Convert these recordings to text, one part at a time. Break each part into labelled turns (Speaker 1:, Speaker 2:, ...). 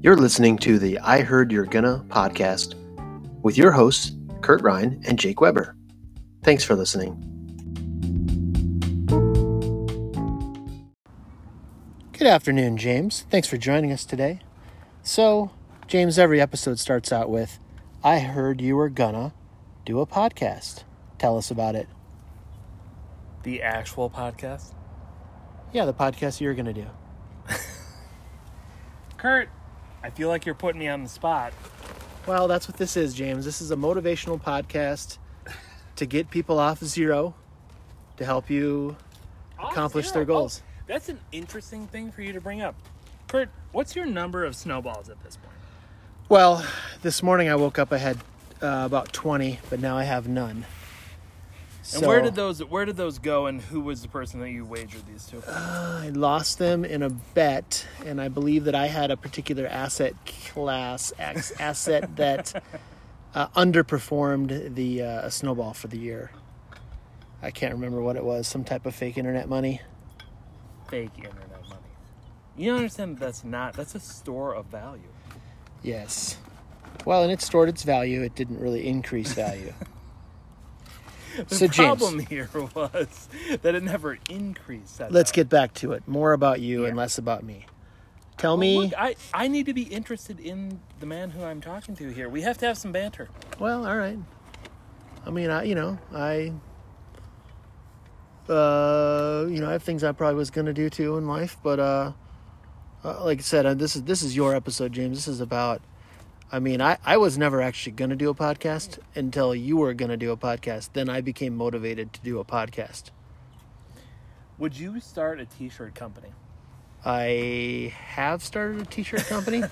Speaker 1: You're listening to the I Heard You're Gonna podcast with your hosts, Kurt Ryan and Jake Weber. Thanks for listening. Good afternoon, James. Thanks for joining us today. So, James, every episode starts out with I heard you were gonna do a podcast. Tell us about it.
Speaker 2: The actual podcast?
Speaker 1: Yeah, the podcast you're gonna do.
Speaker 2: Kurt, I feel like you're putting me on the spot.
Speaker 1: Well, that's what this is, James. This is a motivational podcast to get people off zero to help you. Accomplish their goals.
Speaker 2: Oh, that's an interesting thing for you to bring up. Kurt, what's your number of snowballs at this point?
Speaker 1: Well, this morning I woke up I had uh, about 20, but now I have none.
Speaker 2: And where did those where did those go and who was the person that you wagered these to?
Speaker 1: I lost them in a bet, and I believe that I had a particular asset class ex- asset that uh, underperformed the uh, snowball for the year. I can't remember what it was. Some type of fake internet money.
Speaker 2: Fake internet money. You don't understand that that's not that's a store of value.
Speaker 1: Yes. Well, and it stored its value. It didn't really increase value.
Speaker 2: The
Speaker 1: So, James-
Speaker 2: problem here was that it never increased. that
Speaker 1: Let's
Speaker 2: value.
Speaker 1: get back to it. More about you and
Speaker 2: Yeah.
Speaker 1: less about me. Tell
Speaker 2: Well,
Speaker 1: me.
Speaker 2: Oh, Look, I, I need to be interested in the man who I'm talking to here. We have to have some banter.
Speaker 1: Well, all right. I mean, I you know I. Uh, you know, I have things I probably was gonna do too in life, but uh, uh like I said, uh, this is this is your episode, James. This is about. I mean, I I was never actually gonna do a podcast until you were gonna do a podcast. Then I became motivated to do a podcast.
Speaker 2: Would you start a t-shirt company?
Speaker 1: I have started a t-shirt company.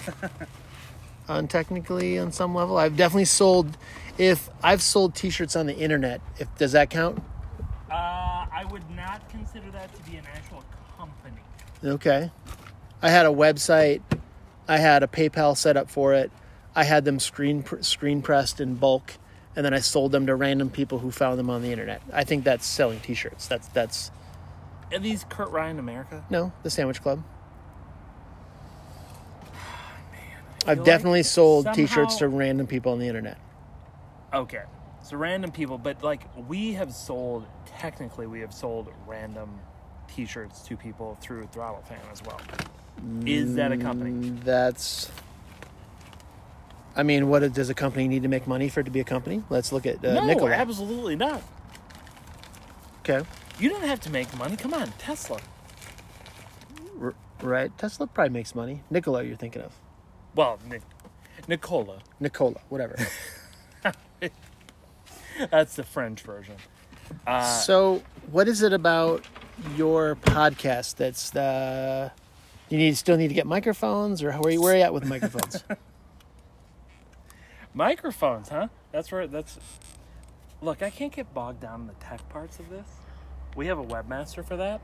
Speaker 1: on technically on some level, I've definitely sold. If I've sold t-shirts on the internet, if does that count?
Speaker 2: Uh, I would not consider that to be an actual company.
Speaker 1: Okay. I had a website. I had a PayPal set up for it. I had them screen pr- screen pressed in bulk, and then I sold them to random people who found them on the internet. I think that's selling T-shirts. That's that's
Speaker 2: Are these Kurt Ryan America?
Speaker 1: no the Sandwich Club. I've
Speaker 2: like
Speaker 1: definitely sold
Speaker 2: somehow-
Speaker 1: T-shirts to random people on the internet.
Speaker 2: Okay, so random people, but like we have sold. Technically, we have sold random t-shirts to people through Throttle Fan as well. Is that a company?
Speaker 1: And That's. I mean, what does a company need to make money for it to be a company? Let's look at uh,
Speaker 2: no,
Speaker 1: Nikola.
Speaker 2: absolutely not.
Speaker 1: okay,
Speaker 2: You don't have to make money. Come on, Tesla.
Speaker 1: R- right. Tesla probably makes money. Nikola, you're thinking of.
Speaker 2: Well, Nic- Nicola.
Speaker 1: Nicola, whatever.
Speaker 2: That's the French version. Uh,
Speaker 1: so, what is it about your podcast that's the you need still need to get microphones or where are you, where are you at with microphones?
Speaker 2: Microphones, huh? That's where that's Look, I can't get bogged down in the tech parts of this. We have a webmaster for that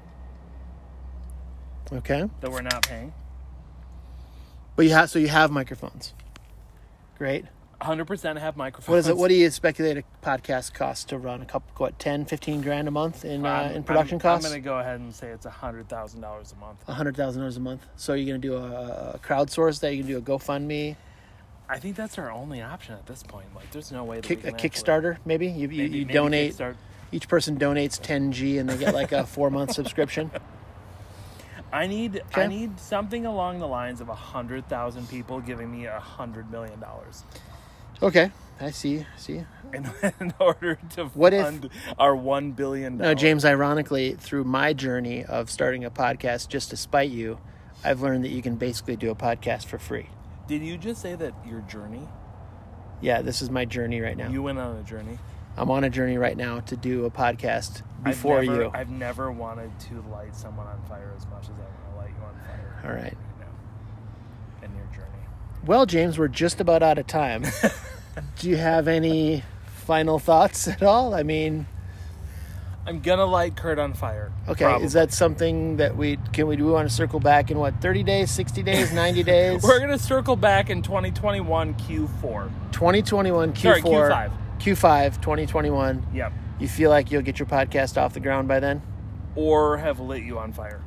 Speaker 1: okay,
Speaker 2: that we're not paying.
Speaker 1: but you have so you have microphones. Great.
Speaker 2: 100% have microphones.
Speaker 1: What is it? What do you speculate a podcast costs to run? A couple, what, 10, 15 grand a month in uh,
Speaker 2: I'm-
Speaker 1: in production
Speaker 2: I'm,
Speaker 1: costs?
Speaker 2: I'm going to go ahead and say it's $100,000 a month.
Speaker 1: hundred thousand dollars a month. So you're gonna do a, a crowdsource that you can do a GoFundMe,
Speaker 2: I think that's our only option at this point. Like there's no way that
Speaker 1: kick,
Speaker 2: we
Speaker 1: a
Speaker 2: can actually-
Speaker 1: Kickstarter maybe. You you,
Speaker 2: Maybe-
Speaker 1: you
Speaker 2: maybe
Speaker 1: donate.
Speaker 2: Kickstart-
Speaker 1: Each person donates ten G and they get like a four month subscription.
Speaker 2: I need
Speaker 1: Okay.
Speaker 2: I need something along the lines of 100,000 people giving me $100 million.
Speaker 1: Okay, I see. See,
Speaker 2: in, in order to
Speaker 1: What if-
Speaker 2: fund our one billion.
Speaker 1: no, James. Ironically, through my journey of starting a podcast just to spite you, I've learned that you can basically do a podcast for free.
Speaker 2: Did you just say that your journey?
Speaker 1: Yeah, this is my journey right now.
Speaker 2: You went on a journey.
Speaker 1: I'm on a journey right now to do a podcast before
Speaker 2: I've never,
Speaker 1: you.
Speaker 2: I've never wanted to light someone on fire as much as I want to light you on fire
Speaker 1: All right.
Speaker 2: right now. In your journey.
Speaker 1: Well, James, we're just about out of time. Do you have any final thoughts at all? I mean,
Speaker 2: I'm gonna light Kurt on fire.
Speaker 1: okay,
Speaker 2: Probably.
Speaker 1: is that something that we can we do? We want to circle back in what thirty days, sixty days, ninety days?
Speaker 2: We're gonna circle back in 2021 Q4.
Speaker 1: twenty twenty one Q
Speaker 2: Sorry,
Speaker 1: four
Speaker 2: Q5.
Speaker 1: Q five twenty twenty one.
Speaker 2: Yep.
Speaker 1: You feel like you'll get your podcast off the ground by then?
Speaker 2: Or have lit you on fire.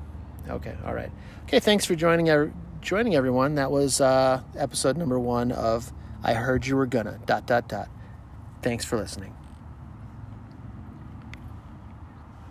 Speaker 1: Okay, all right. Okay, thanks for joining our joining everyone. That was uh, episode number one of I Heard You Were Gonna, dot, dot, dot. Thanks for listening.